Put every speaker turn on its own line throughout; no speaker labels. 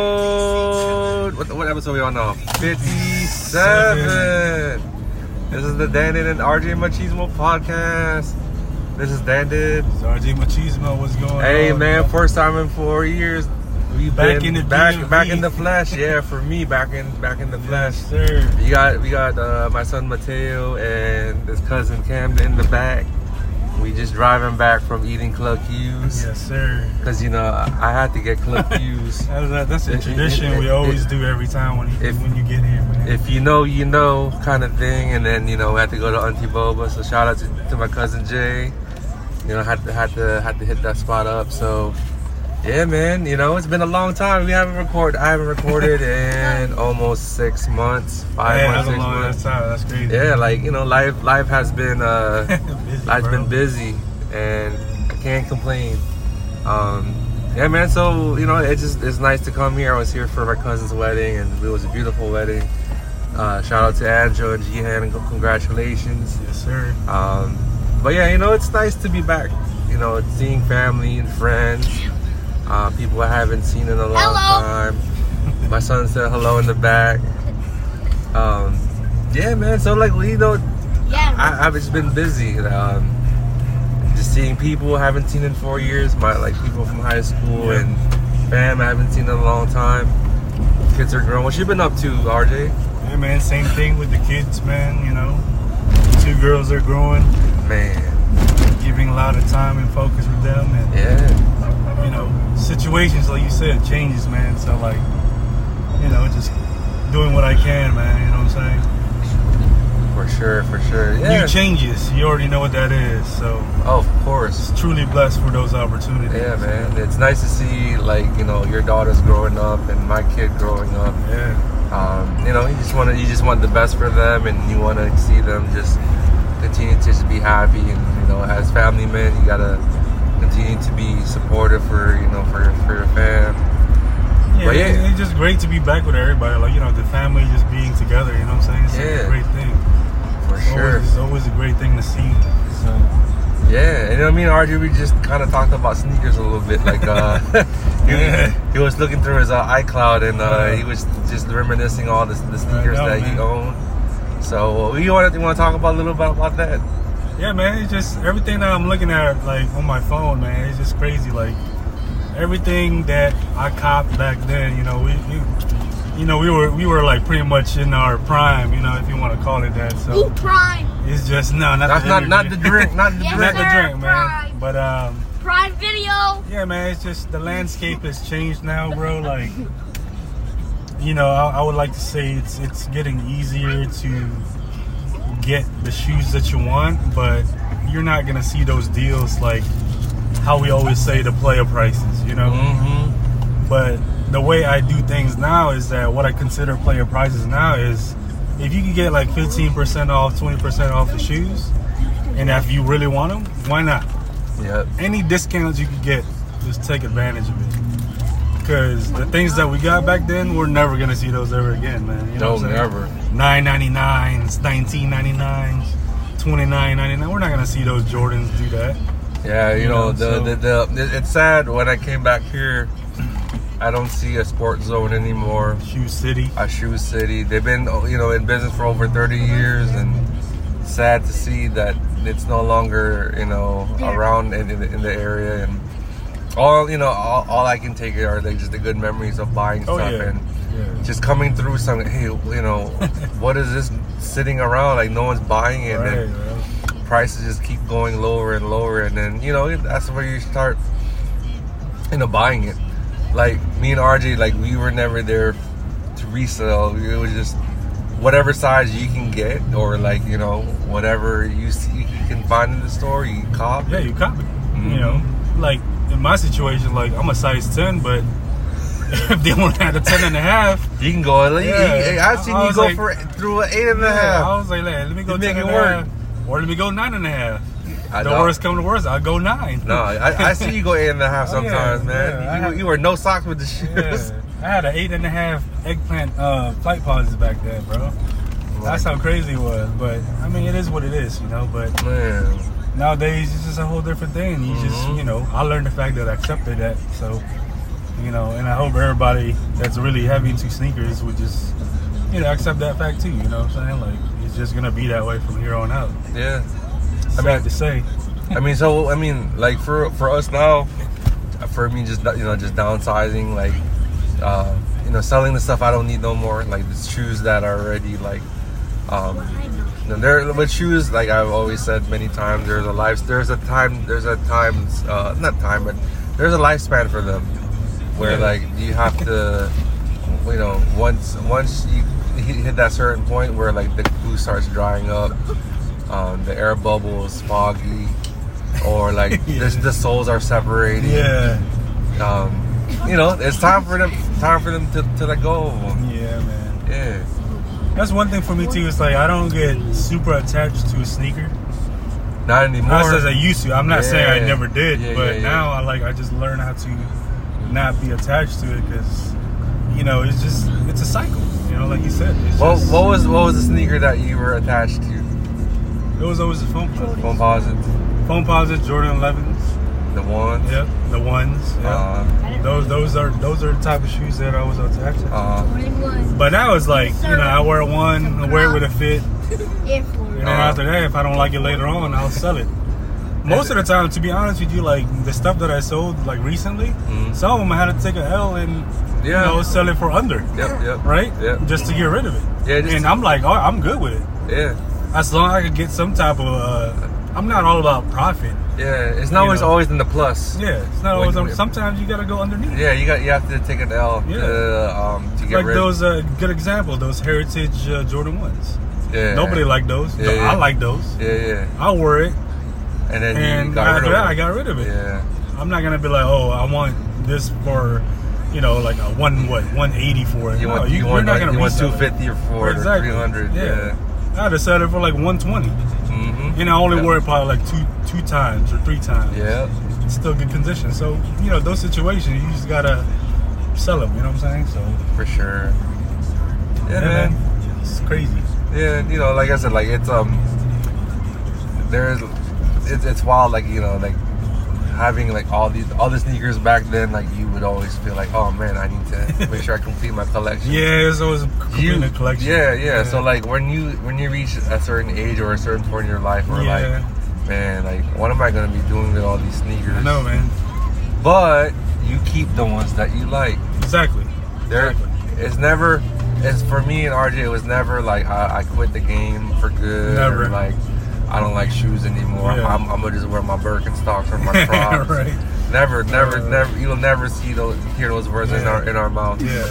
episode. What, what episode are we on now? 57. This is the Dandit and RJ Machismo podcast. This is Dandit.
It's RJ Machismo, what's going
Hey
on?
man, first time in four years. We've
Uh, Back
been
in the
back,
DMV.
back in the flesh. Yeah, for me, back in back in the flesh.
Yes, sir.
You got we got uh, my son Mateo and his cousin Camden in the back. We just driving back from eating Club Q's
Yes, sir.
because you know I had to get Club Q's.
That's a, that's a
It-
tradition
it-
we
it-
always
it-
do every time when you,
if-
when you get here, man.
If you know, you know, kind of thing. And then you know we had to go to Auntie Boba. So shout out to, to my cousin Jay. You know had to had to had to hit that spot up. So yeah, man. You know it's been a long time. We haven't recorded. I haven't recorded in almost six months, five
yeah,
months,
that's a
six
long
months.
ass time. That's crazy.
Yeah, like you know, life life has been uh,
Busy,
life's
bro.
been busy, and I can't complain. Um, yeah, man. So you know, it just it's nice to come here. I was here for my cousin's wedding, and it was a beautiful wedding. Uh, shout out to Angela and Jihan, and congratulations.
Yes, sir.
Um, but yeah, you know, it's nice to be back. You know, seeing family and friends, uh, people I haven't seen in a long
Hello.
time. My son said hello in the back. Um, yeah, man. So like, you know,
Yeah.
I, I've just been busy. Um, just seeing people I haven't seen in four years. My like people from high school
Yeah.
and fam I haven't seen in a long time. Kids are grown. What you been up to, RJ?
Yeah, man. Same thing with the kids, man. You know, two girls are growing,
Man,
giving a lot of time and focus with them, and
yeah,
you know, situations like you said changes, man. So like, you know, just doing what I can, man. You know what I'm saying?
for sure, for sure. Yeah.
New changes. You already know what that is. So
oh, of course.
just truly blessed for those opportunities.
Yeah, man. It's nice to see like you know your daughter's growing up and my kid growing up.
Yeah.
Um, you know, you just want to you just want the best for them, and you want to see them just continue to just be happy. And you know, as family men, you gotta continue to be supportive for you know for for your fam.
Yeah,
But yeah.
It's, it's just great to be back with everybody. Like, you know, the family just being together, you know what I'm saying? It's
Yeah.
a great thing.
For
It's
sure.
Always, it's always a great thing to see. So
Yeah, and I mean, RJ, we just kind of talked about sneakers a little bit. Like, uh, he,
Yeah.
he was looking through his uh, iCloud and uh, he was just reminiscing all the, the sneakers
Uh-huh. know,
that he
man.
owned. So, uh, you want to you want to talk about a little bit about that?
Yeah, man, it's just everything that I'm looking at like on my phone, man, it's just crazy. Like everything that I copped back then, you know, we, we you know, we were we were like pretty much in our prime, you know, if you want to call it that.
Ooh,
So
Prime.
it's just no, not
That's
the
not not the
energy.
drink, not the
Yes,
not
drink.
the
Sir,
drink, man.
prime.
But um,
Prime Video.
Yeah, man, it's just the landscape has changed now, bro. Like, you know, I, I would like to say it's it's getting easier to get the shoes that you want, but you're not gonna see those deals like how we always say the player prices, you know.
Mm-hmm.
But the way I do things now is that what I consider player prices now is if you can get like 15% off, 20% off the shoes, and if you really want them, why not?
Yep.
any discounts you can get, just take advantage of it. Because the things that we got back then, we're never gonna see those ever again, man. You know
No,
what I'm saying?
never.
999s, 1999s, 29.99. We're not gonna see those Jordans do that.
Yeah, you,
You
know,
know,
the,
so-
the, the it- it's sad when I came back here. I don't see a sports zone anymore.
Shoe City.
a shoe city. They've been, oh, you know, in business for over 30 years, and sad to see that it's no longer, you know, around in, in, in the area. And all, you know, all, all I can take are like just the good memories of buying
Oh
stuff
yeah.
and
yeah.
just coming through something. Hey, you know, what is this sitting around? Like no one's buying it,
Right,
and
bro.
prices just keep going lower and lower. And then you know, that's where you start, you know, buying it. Like me and RJ, like we were never there to resell. It was just whatever size you can get, or like you know, whatever you see, you can find in the store, you cop.
Yeah, you copy.
Mm-hmm.
You know, like in my situation, like I'm a size 10, but if they only had a 10 and a half,
You can go. Like,
Yeah.
yeah. I've seen
I
you
was
go
like-
for through an eight and a half.
I was like, let me go
You
10
make it
and a
work.
half, or let me go nine and a half.
I
the
know.
worst come to worst, I'll go nine.
No, I, I see you go eight and a half
Oh, yeah,
sometimes, man.
yeah, I
you,
have-
you wear no socks with the shoes.
Yeah. I had an eight and a half eggplant uh, flight pauses back then, bro. That's how crazy it was. But I mean, it is what it is, you know. But
Man,
nowadays, it's just a whole different thing. You just,
Mhm.
you know, I learned the fact that I accepted that. So you know, and I hope everybody that's really heavy into sneakers would just, you know, accept that fact too. You know what I'm saying? Like, it's just gonna be that way from here on out.
Yeah.
Sad
mean-
to say,
I mean, so I mean, like for for us now, for me, just you know, just downsizing, like uh, you know, selling the stuff I don't need no more, like the shoes that are already like, um, you know, there with shoes, like I've always said many times, there's a life, there's a time, there's a time, uh, not time, but there's a lifespan for them, where
Yeah.
like you have to, you know, once once you hit hit that certain point where like the glue starts drying up, um, the air bubbles foggy, or like
Yeah.
there's the soles are separating.
yeah,
Um, you know, it's time for them. Time for them to, to let go of them.
yeah, man.
Yeah.
That's one thing for me too. It's like I don't get super attached to a sneaker.
Not anymore.
Not as I used to. I'm not saying I
Yeah.
never did,
Yeah,
but
yeah, yeah.
now I like I just learn how to not be attached to it because you know it's just it's a cycle. You know, like you said, it's
what,
just,
what was what was the sneaker that you were attached to?
it was always a phone pause.
Phone posit.
Phone pauses, Jordan 11s.
The one.
Yep, the ones. Yep.
Uh,
those those are those are the type of shoes that I was attached to.
uh,
but now it's like you know I wear one, I wear it with a fit,
Air
And
Force.
then
Uh-huh.
after that, if I don't like it later on, I'll sell it. Most of the time, to be honest with you, like the stuff that I sold like recently,
Mhm.
some of them I had to take a L and you
Yeah.
know sell it for under,
yep. Yep.
right?
Yep.
Just to get rid of it.
Yeah, just-
and I'm like, oh, I'm good with it
Yeah.
as long as I can get some type of. Uh, I'm not all about profit.
Yeah. It's not
You
always
know.
always in the plus.
Yeah, it's not
Like
always. um,
we-
sometimes you gotta go underneath.
Yeah, you got you have to take an L to
Yeah.
um to get
like
rid.
those uh, good example, those heritage uh, Jordan ones.
yeah.
Nobody liked those.
Yeah, yeah.
I like those.
Yeah, yeah.
I wore it,
And then you
and
got
after
rid
that,
of
I
it.
got rid of it.
Yeah.
I'm not gonna be like, oh, I want this for, you know, like a one what, 180 for it.
You
No,
want you
we're
want like, you want
resell
two
it.
fifty or four
Exactly.
or three hundred. Yeah.
I had to sell it for like 120,
Mm-hmm.
and I only
Yeah.
wore it probably like two two times or three times.
Yeah.
it's still good condition. So you know, those situations, you just gotta sell them. You know what I'm saying? So
For sure. Yeah, man.
it's crazy.
Yeah, you know, like I said, like it's um, there's, it's it's wild. Like you know, like having like all these all the sneakers back then, like you would always feel like, oh man, I need to make sure I complete my collection.
Yeah, it's always a
You,
completing a collection.
yeah, yeah, So like when you when you reach a certain age or a certain point in your life, where
yeah,
like, man, like what am I gonna be doing with all these sneakers?
I know, man.
But you keep the ones that you like.
Exactly.
There,
Exactly.
it's never. It's for me and RJ. It was never like I, I quit the game for good.
Never.
Or like I don't like shoes anymore.
Yeah.
I'm, I'm gonna just wear my Birkenstocks or my Crocs.
right.
Never, never,
Uh,
never. You'll never see those, hear those words in
Yeah.
our in our mouth.
Yeah.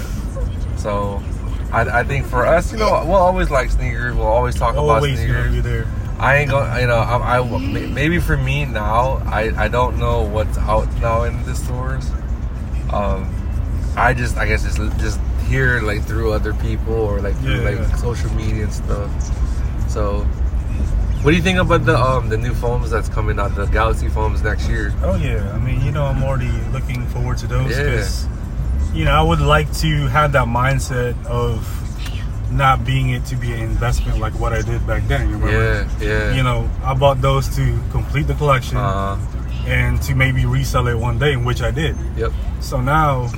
So, I, I think for us, you know, we'll always like sneakers. We'll always talk about
Always
sneakers.
gonna be there.
I ain't gonna, you know, I, I may- maybe for me now, I, I don't know what's out now in the stores. Um, I just, I guess, just just hear like through other people or like through
Yeah,
like
yeah.
social media and stuff. So, what do you think about the um the new foams that's coming out, the Galaxy foams next year?
Oh yeah, I mean, you know, I'm already looking forward to those
Yeah.
because, you know, I would like to have that mindset of not being it to be an investment like what I did back then. You remember?
Yeah, yeah.
You know, I bought those to complete the collection
Uh,
and to maybe resell it one day, which I did.
yep.
So now,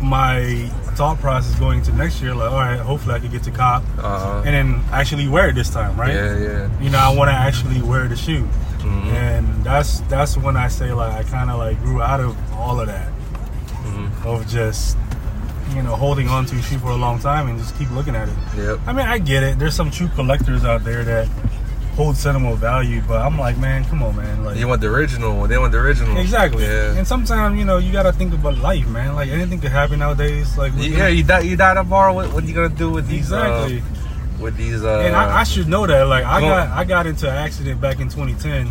my thought process going to next year, like, all right, hopefully I can get to cop
Uh,
and then actually wear it this time, right?
Yeah, yeah.
you know, I want to actually wear the shoe,
Mhm.
and that's that's when I say like I kind of like grew out of all of that
Mhm.
of just you know holding on to a shoe for a long time and just keep looking at it.
Yep.
I mean, I get it. There's some true collectors out there that hold sentimental value, but I'm like, man, come on, man, like.
You want the original? They want the original.
Exactly,
Yeah.
and sometimes you know you gotta think about life, man. Like anything could happen nowadays. Like we're
Yeah,
gonna-
you die, you die tomorrow. What, what you gonna do with these? uh,
exactly.
with these. Uh,
and I, I should know that. Like I
Come on.
got I got into an accident back in 2010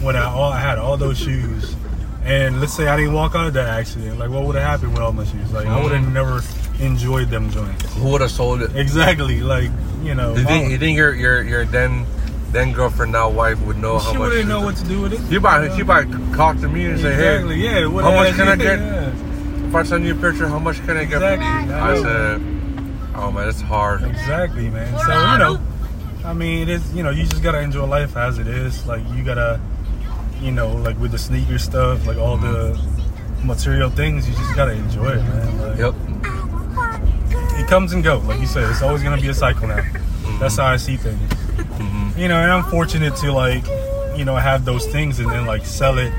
when I all I had all those shoes. And let's say I didn't walk out of that accident. Like what would have happened with all my shoes? Like I would have never enjoyed them joints.
who would have sold it?
Exactly. Like you know,
You think,
mama-
you think your your your then then girlfriend now wife would know how
she
much?
wouldn't know what to do with it.
You might you might talk to me and say,
exactly.
hey,
yeah. it would've
how much
had-
can I
yeah,
get? if I send you a picture, how much can I get for
Exactly.
these? I said, oh man, it's
yeah.
hard.
Exactly, man. So you know, I mean, it is. You know, you just gotta enjoy life as it is. Like you gotta, you know, like with the sneaker stuff, like all the material things. You just gotta enjoy it, man. Like,
Yep.
It comes and go, like you said. It's always gonna be a cycle now. That's how I see things. You know, and I'm fortunate to like, you know, have those things and then like sell it,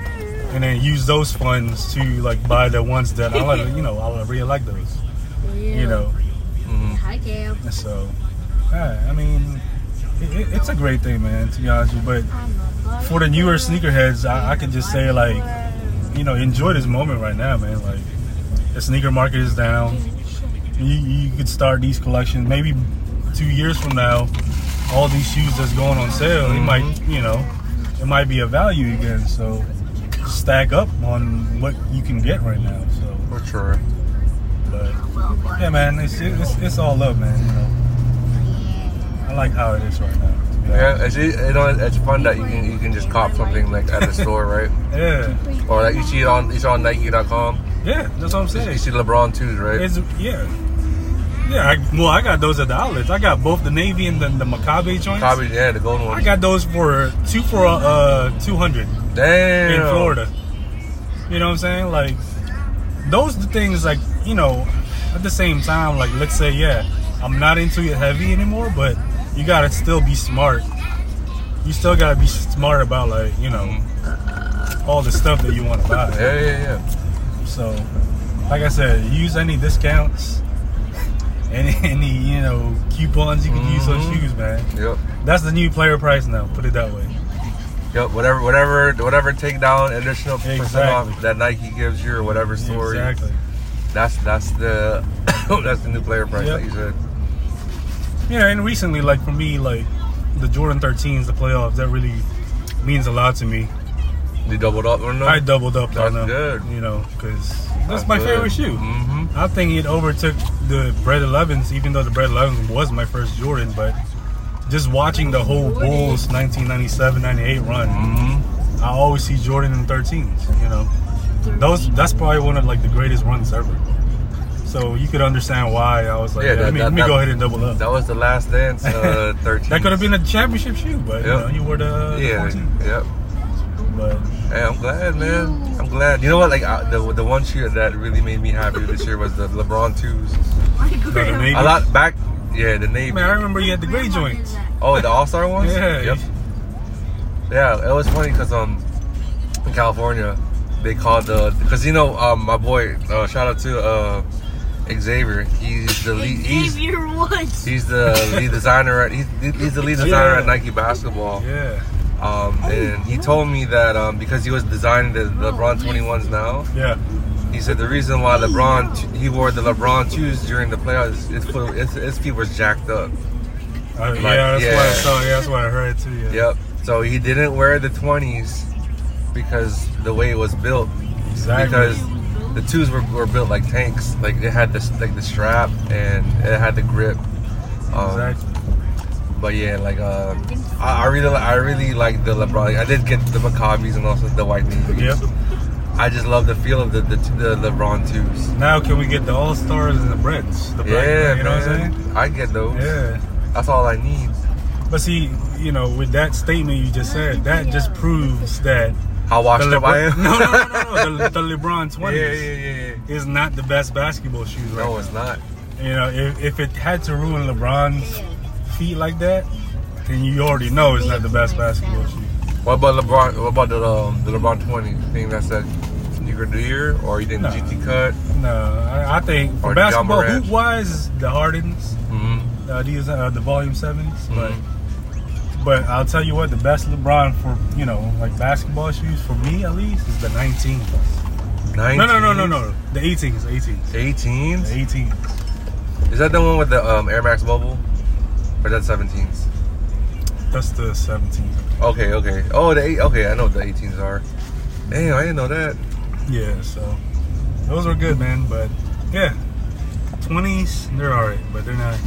and then use those funds to like buy the ones that I like. You know, I really like those. You know,
Hi, Gail.
and so yeah, I mean, it, it, it's a great thing, man. To be honest with you, but for the newer sneakerheads, I, I could just say like, you know, enjoy this moment right now, man. Like, the sneaker market is down. You, you could start these collections maybe two years from now. All these shoes that's going on sale, it might, you know, it might be a value again. So stack up on what you can get right now. So.
For sure.
But yeah, man, it's it's, it's all love, man. You know, I like how it is right now. to be
Yeah,
honest.
it's, you know, it's fun that you can you can just cop something like at the store, right?
yeah,
Or like Oh, you see it on it's on Nike.com.
yeah, that's what I'm
You
saying.
see LeBron twos, right?
It's yeah, yeah. I, well, I got those at the outlets. I got both the navy and the, the Maccabi joints.
Probably yeah, the golden
I
one.
got those for two for uh two hundred
Damn.
in Florida. You know what I'm saying? Like those the things like you know. At the same time, like let's say yeah, I'm not into it heavy anymore, but you gotta still be smart. You still gotta be smart about like you know all the stuff that you want to buy.
Yeah, yeah, yeah.
So, like I said, use any discounts, any any you know coupons you can use on
Mhm.
shoes, man.
Yep.
That's the new player price now. Put it that way.
Yep, whatever, whatever, whatever takedown additional percent
Exactly.
off that Nike gives you or whatever story.
Exactly.
That's that's the that's the new player price,
Yep.
like you said.
You know, and recently, like for me, like the Jordan 13s, the playoffs, that really means a lot to me.
You doubled up on them.
I doubled up
That's
on them.
good.
You know, because that's, my favorite shoe.
Mm-hmm.
I think it overtook the Bread 11s, even though the Bread 11s was my first Jordan, but just watching the whole Bulls 1997-98 run,
Mm-hmm.
I always see Jordan in 13s. You know, those that's probably one of like the greatest runs ever. So you could understand why I was like,
Yeah,
yeah,
that-
let me,
that-
let me
that-
go ahead and double up.
That was the last dance. Uh, Thirteen.
That could have been a championship shoe, but you
Yep.
know, you were the, the
Yeah.
14.
Yep.
But
Hey, I'm glad, man. I'm glad. You know what? Like I, the the one shoe that really made me happy this year was the LeBron twos.
the, the Navy.
A lot back. Yeah, the Navy.
Man, I remember you had the gray joints.
Oh, the All Star ones.
Yeah.
Yep. Yeah, it was funny because um, in California, they called the because you know um my boy uh, shout out to uh Xavier he's the lead he's
Xavier Woods.
he's the lead designer at he's, he's the lead designer
Yeah. Oh,
at Nike basketball
Yeah.
um and he told me that um because he was designing the
Oh,
LeBron 21s now
Yeah.
he said the reason why LeBron t- he wore the LeBron twos during the playoffs his foot his, his feet was jacked up
Uh,
Like,
yeah, that's
yeah.
what I saw. Yeah, that's what I heard too. Yeah.
yep so he didn't wear the 20s because the way it was built
Exactly.
because the twos were, were built like tanks. Like it had this like the strap and it had the grip. Um,
exactly.
But yeah, like uh, I, I really li- I really like the LeBron. Like, I did get the Maccabees and also the White Navies.
Yep.
I just love the feel of the the, the LeBron twos.
Now can we get the All Stars and the Breds? The black,
Yeah,
you know what I'm
man.
saying?
I get those.
Yeah.
That's all I need.
But see, you know, with that statement you just said, that just proves that
How
the
washed up I
LeBron,
am.
no, no, no, no, no, the, the LeBron
yeah,
20s
yeah, yeah, yeah.
is not the best basketball shoe. Right
No, it's not.
now. You know, if, if it had to ruin LeBron's feet like that, then you already know it's not the best basketball shoe.
What about LeBron? What about the um, the LeBron twenty? You think that's a sneaker of the year, or you think
No.
GT cut?
No, I, I think for
Or
basketball,
John Morant.
hoop wise, the Hardens,
hmm
uh, these uh, the Volume 7s
Mm-hmm.
But but I'll tell you what, the best LeBron for you know like basketball shoes for me at least is the 19.
Mm-hmm.
No, no, no, no, no, the 18s, the 18s,
18s?
the 18s.
Is that the one with the um, Air Max bubble? Or is that 17s?
That's the 17s.
Okay, okay. Oh, the eight. Okay, I know what the 18s are. Damn, I didn't know that.
Yeah, so those were good, man. But yeah, 20s they're all right, but they're not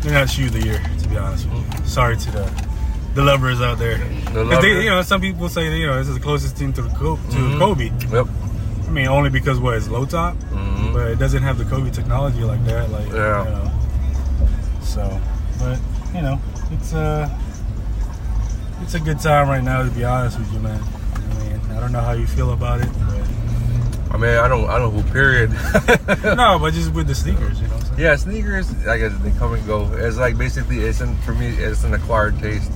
they're not shoe of the year to be honest. With you. Sorry to the the lovers out there.
The
'Cause
lover?
They, you know, some people say you know this is the closest thing to the Co- to
Mhm.
Kobe.
Yep.
I mean, only because what it's low top,
Mhm.
but it doesn't have the Kobe technology like that. Like,
Yeah.
you know. So, but you know, it's a it's a good time right now to be honest with you, man. I mean, I don't know how you feel about it, but
I mean, I don't, I don't hoop. Period.
no, but just with the sneakers, you know. What I'm saying?
Yeah, sneakers. I guess they come and go. It's like basically, it's an for me, it's an acquired taste,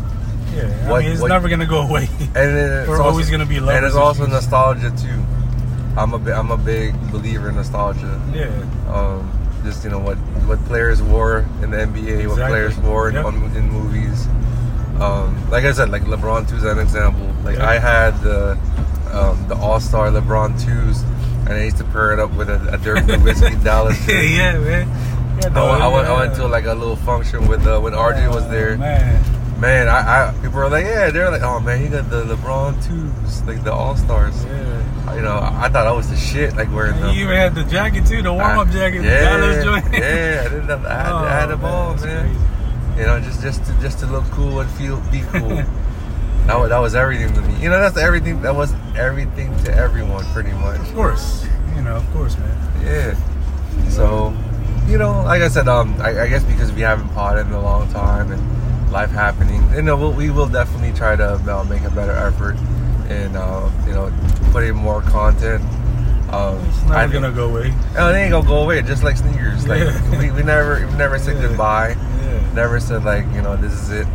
Yeah, I
What-
mean, it's
what-
never gonna go away.
and then it's
We're
also-
always gonna be lovers
And it's
of
also
music.
nostalgia too. I'm a, bi- I'm a big believer in nostalgia.
yeah,
um, just you know what what players wore in the NBA, what
Exactly.
players wore in,
Yep.
on, in movies. Um, like I said, like LeBron twos an example. Like
Yeah.
I had the um, the All Star LeBron twos, and I used to pair it up with a, a Dirk Nowitzki Dallas.
yeah,
jersey.
yeah, man. Yeah,
I, went- I went, I
yeah.
went to like a little function with uh, when RJ was
Oh,
there. Man,
Man,
I, I people were like, yeah, they're like, oh man, he got the LeBron twos, like the All Stars.
yeah.
You know, I, I thought I was the shit, like wearing them.
You even had the jacket too, the warm up
uh, I-
jacket, the
Yeah,
Dallas joint.
yeah. I didn't have, I had, I had
Oh,
them all,
that's
man.
crazy.
You know, just just to, just to look cool and feel be cool. that was that was everything to me. You know, that's everything. That was everything to everyone, pretty much.
Of course, you know, of course, man.
Yeah. So, you know, like I said, um, I, I guess because we haven't potted in a long time and life happening, you know, we'll, we will definitely try to uh, make a better effort and uh, you know, put in more content. Um,
It's never
I think-
gonna go away.
Oh, they ain't gonna go away. Just like sneakers. Like
Yeah.
we, we never we never said
Yeah.
goodbye.
Yeah,
Never said like you know this is it.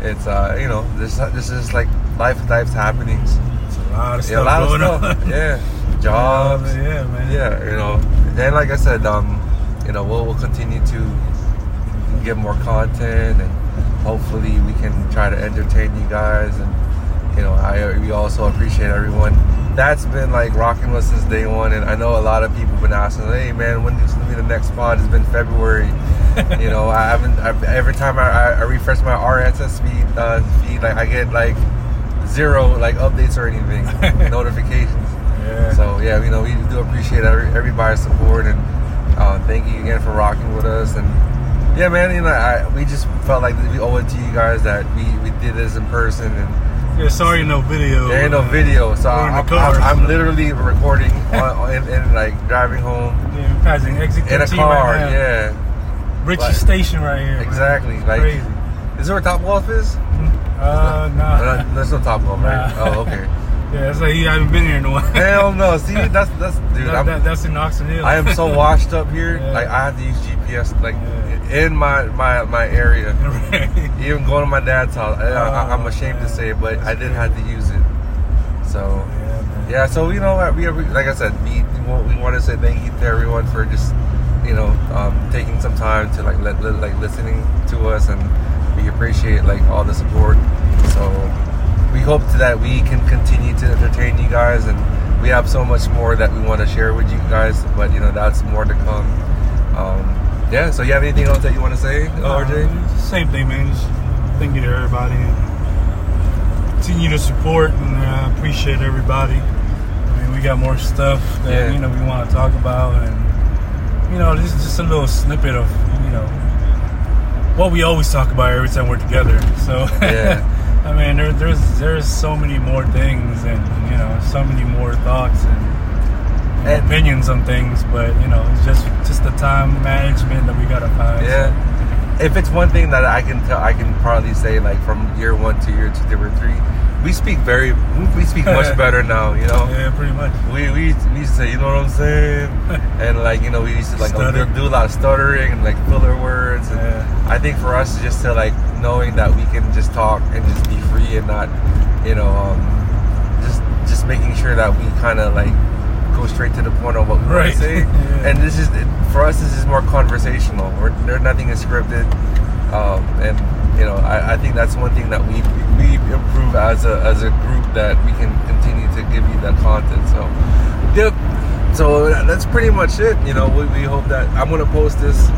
It's uh you know this this is like life life's happenings.
it's a lot of stuff
Yeah, a lot of
going
stuff.
on.
Yeah, jobs.
yeah, man.
Yeah, you know. And like I said, um, you know we'll, we'll continue to get more content and hopefully we can try to entertain you guys and you know I we also appreciate everyone that's been like rocking with us since day one and I know a lot of people been asking hey man when is gonna be the next pod it's been February you know I haven't I, every time I, I, I refresh my RSS feed uh, feed like I get like zero like updates or anything notifications
Yeah.
so yeah, you know we do appreciate every, everybody's support and uh, thank you again for rocking with us. And yeah, man, you know I, we just felt like we owe it to you guys that we, we did this in person and
yeah, sorry, no video.
there ain't no
man.
video, so
We're in the
I'm,
car.
I'm, I'm literally recording on, in, in like driving home
Yeah, we're passing exit
in a
13
car.
Right now.
yeah,
Richie
Like-
Station right here. man.
exactly. Like,
Crazy. Hmm?
is there a top golf is?
Uh, nah.
Uh, There's no top golf, right?
Nah.
Oh, okay.
Yeah, it's like you haven't been here in a while.
Hell no. See, that's that's dude.
that,
I'm,
that, that's in Oxon Hill.
I am so washed up here.
Yeah.
Like I have to use GPS like
Yeah.
in my my my area.
Right.
Even going to my dad's house, I, I, I'm
Oh,
ashamed to
man.
say it, but I
That's
did
crazy.
have to use it. So
Yeah, man.
yeah, so you know what? We, we like I said, we we want, we want to say thank you to everyone for just you know um, taking some time to like let, let- like listening to us, and we appreciate like all the support. So we hope that we can continue to entertain you guys, and we have so much more that we want to share with you guys. But you know that's more to come. Um, yeah. So you have anything else that you want to say,
Uh,
RJ?
Same thing, man. Just thank you to everybody. Continue to support and uh, appreciate everybody. I mean, we got more stuff that
Yeah.
you know we want to talk about, and you know, this is just a little snippet of you know what we always talk about every time we're together. So
Yeah.
I mean, there, there's there's so many more things, and you know, so many more thoughts and, you know,
And-
opinions on things. But you know, it's just just the time management that we gotta find. so-
Yeah. If it's one thing that I can tell, I can probably say like from year one to year two, year three, we speak very, we speak much better now. You know,
Yeah, pretty much.
we we we used to, you know what I'm saying, and like you know we used to like
Stutter.
do a lot of stuttering and like filler words. And
Yeah.
I think for us just to like knowing that we can just talk and just be free and not, you know, um, just just making sure that we kind of like go straight to the point of what we want
Right.
to say.
Yeah.
And this is for us. This is more conversational. We're, there, nothing is scripted, um, and you know, I, I think that's one thing that we we improve as a as a group that we can continue to give you that content. So, yep. So that's pretty much it. You know, we, we hope that I'm gonna post this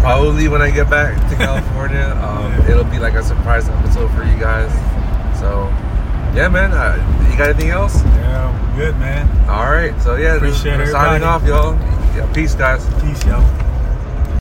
probably when I get back to California. Um,
Yeah.
It'll be like a surprise episode for you guys. So, yeah, man. Uh, you got anything else?
Yeah, good man.
All right. So yeah, this is-
Appreciate
we're signing
everybody.
off, y'all. Yeah, peace, guys.
Peace, y'all.